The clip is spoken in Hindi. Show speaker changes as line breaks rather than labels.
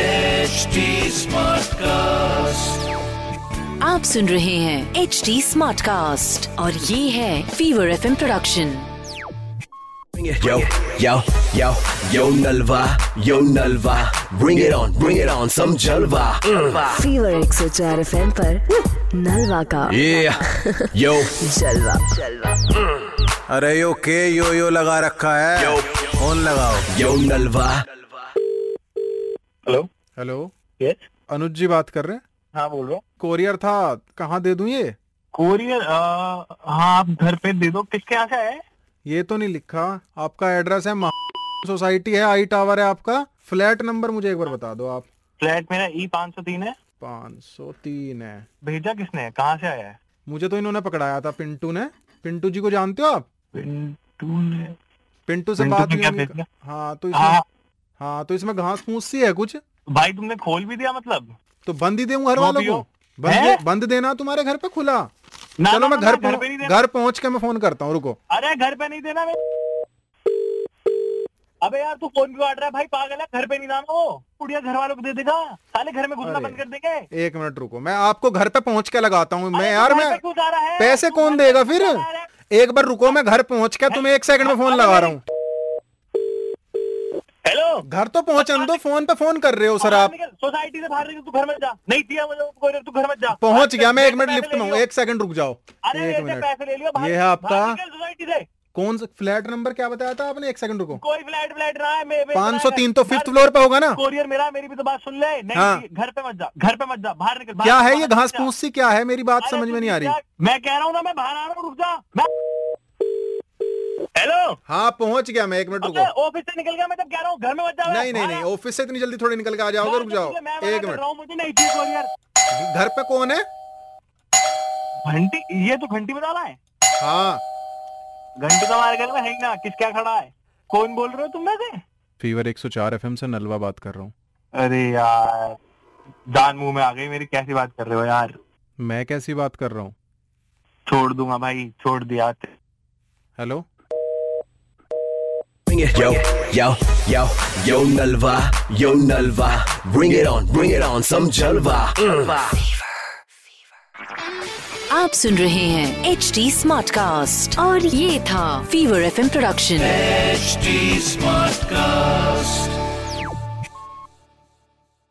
HD Smartcast.
आप सुन रहे हैं एच डी स्मार्ट कास्ट और ये है Fever F production
Yo, yo, yo, yo Nalva, yo Nalva, bring it on, bring it on, some Jalva. Mm.
Fever एक सौ चार एफ एम नलवा का
Yeah, yo,
जलवा जलवा
अरे यो के यो यो लगा रखा है
Yo.
फोन लगाओ
yo Nalva,
hello
hello
yes
Anuj ji बात कर रहे हैं
हाँ बोल रहा हूँ
कोरियर था कहाँ दे दूं ये
कोरियर हाँ आप घर पे दे दो किसके यहाँ से आया है
ये तो नहीं लिखा आपका एड्रेस है महा- सोसाइटी है आई टावर है आपका फ्लैट नंबर मुझे एक बार बता दो आप
फ्लैट मेरा ई पाँच सौ तीन है
503 है
भेजा किसने है कहाँ से आया है
मुझे तो इन्होंने पकड़ाया था पिंटू ने पिंटू जी को जानते हो आप
पिंटू ने
पिंटू से
पिंटू
बात
ने
हुई
क्या
होगी
भेजा?
हाँ तो इसमें
हाँ
हाँ तो इसमें घास फूस सी है कुछ
भाई तुमने खोल भी दिया मतलब
तो बंद ही दे घर
वो
वालों
भी
को
हो।
बंद
हैं?
दे- बंद देना तुम्हारे घर पे खुला
ना,
चलो
ना,
मैं
ना,
घर
घर
पहुं-
पे नहीं देना।
घर पहुंच के मैं फोन करता हूँ रुको
अरे घर पे नहीं देना मैं अबे यार तू फोन क्यों काट रहा है भाई पागल है घर पे नहीं देना वो कुड़िया घर वालों को दे देगा साले घर में घुसना
अरे।
बंद कर देंगे
एक मिनट रुको मैं आपको घर पे पहुंच के लगाता हूँ मैं
अरे तू
यार
घर पे
मैं
क्यों जा रहा है?
पैसे
तू घर
कौन
पे
देगा
क्यों
फिर
जा रहा है?
एक बार रुको मैं घर पहुंच के तुम्हें एक सेकंड में फोन
अरे
लगा
मेरे-
रहा हूँ
हेलो
घर तो पहुंचन दो फोन पे फोन कर रहे हो सर आप
सोसाइटी से बाहर निकल तू घर में जा नहीं दिया मुझे वो कोरियर तू घर में जा
पहुंच गया मैं एक
पैसे
मिनट
ले
लिफ्ट में
लियो।
हूँ एक सेकंड रुक जाओ
अरे
एक
मेरे से पैसे ले लियो
मिनट
बाहर-
ये है आपका
बाहर निकल सोसाइटी से
कौन सा फ्लैट नंबर क्या बताया था आपने एक सेकंड रुको
कोई फ्लैट फ्लैट रहा है मे- मे-
पाँच
रहा
सौ
है।
तीन तो फिफ्थ
बाहर-
फ्लोर पे होगा ना
कोरियर मेरा मेरी भी तो बात सुन ले नहीं
हाँ।
नहीं, घर पे मत जा घर पे मत जा बाहर निकल
क्या है ये
अच्छा?
घास फूस सी क्या है मेरी बात समझ में नहीं आ रही
मैं कह रहा हूँ ना मैं बाहर आ रहा हूँ रुक जा मैं- हेलो
हाँ पहुंच गया मैं एक मिनट
अबे,
रुको
ऑफिस से निकल गया मैं जब कह रहा हूँ घर में मत जा
नहीं नहीं नहीं ऑफिस से इतनी जल्दी थोड़ी निकल के आ जाओगे रुक जाओ एक मिनट
तो मुझे नहीं चाहिए कोरियर
घर पे कौन है
घंटी ये तो घंटी बजा रहा है
हाँ
घंटी का मारे तो घर में है ही ना किस क्या खड़ा है कौन बोल रहे हो तुम में से
फीवर 104 एफएम से नलवा बात कर रहा हूँ
अरे यार जान मुंह में आ गई मेरी कैसी बात कर रहे हो यार
मैं कैसी बात कर रहा हूँ
छोड़ दूंगा भाई छोड़ दिया
hello
bring it, yo, yo, yo, yo Nalva, yo Nalva, bring it on, bring it on, some Jalva. Mm.
आप सुन रहे हैं एच डी स्मार्ट कास्ट और ये था Fever F production
HD Smartcast.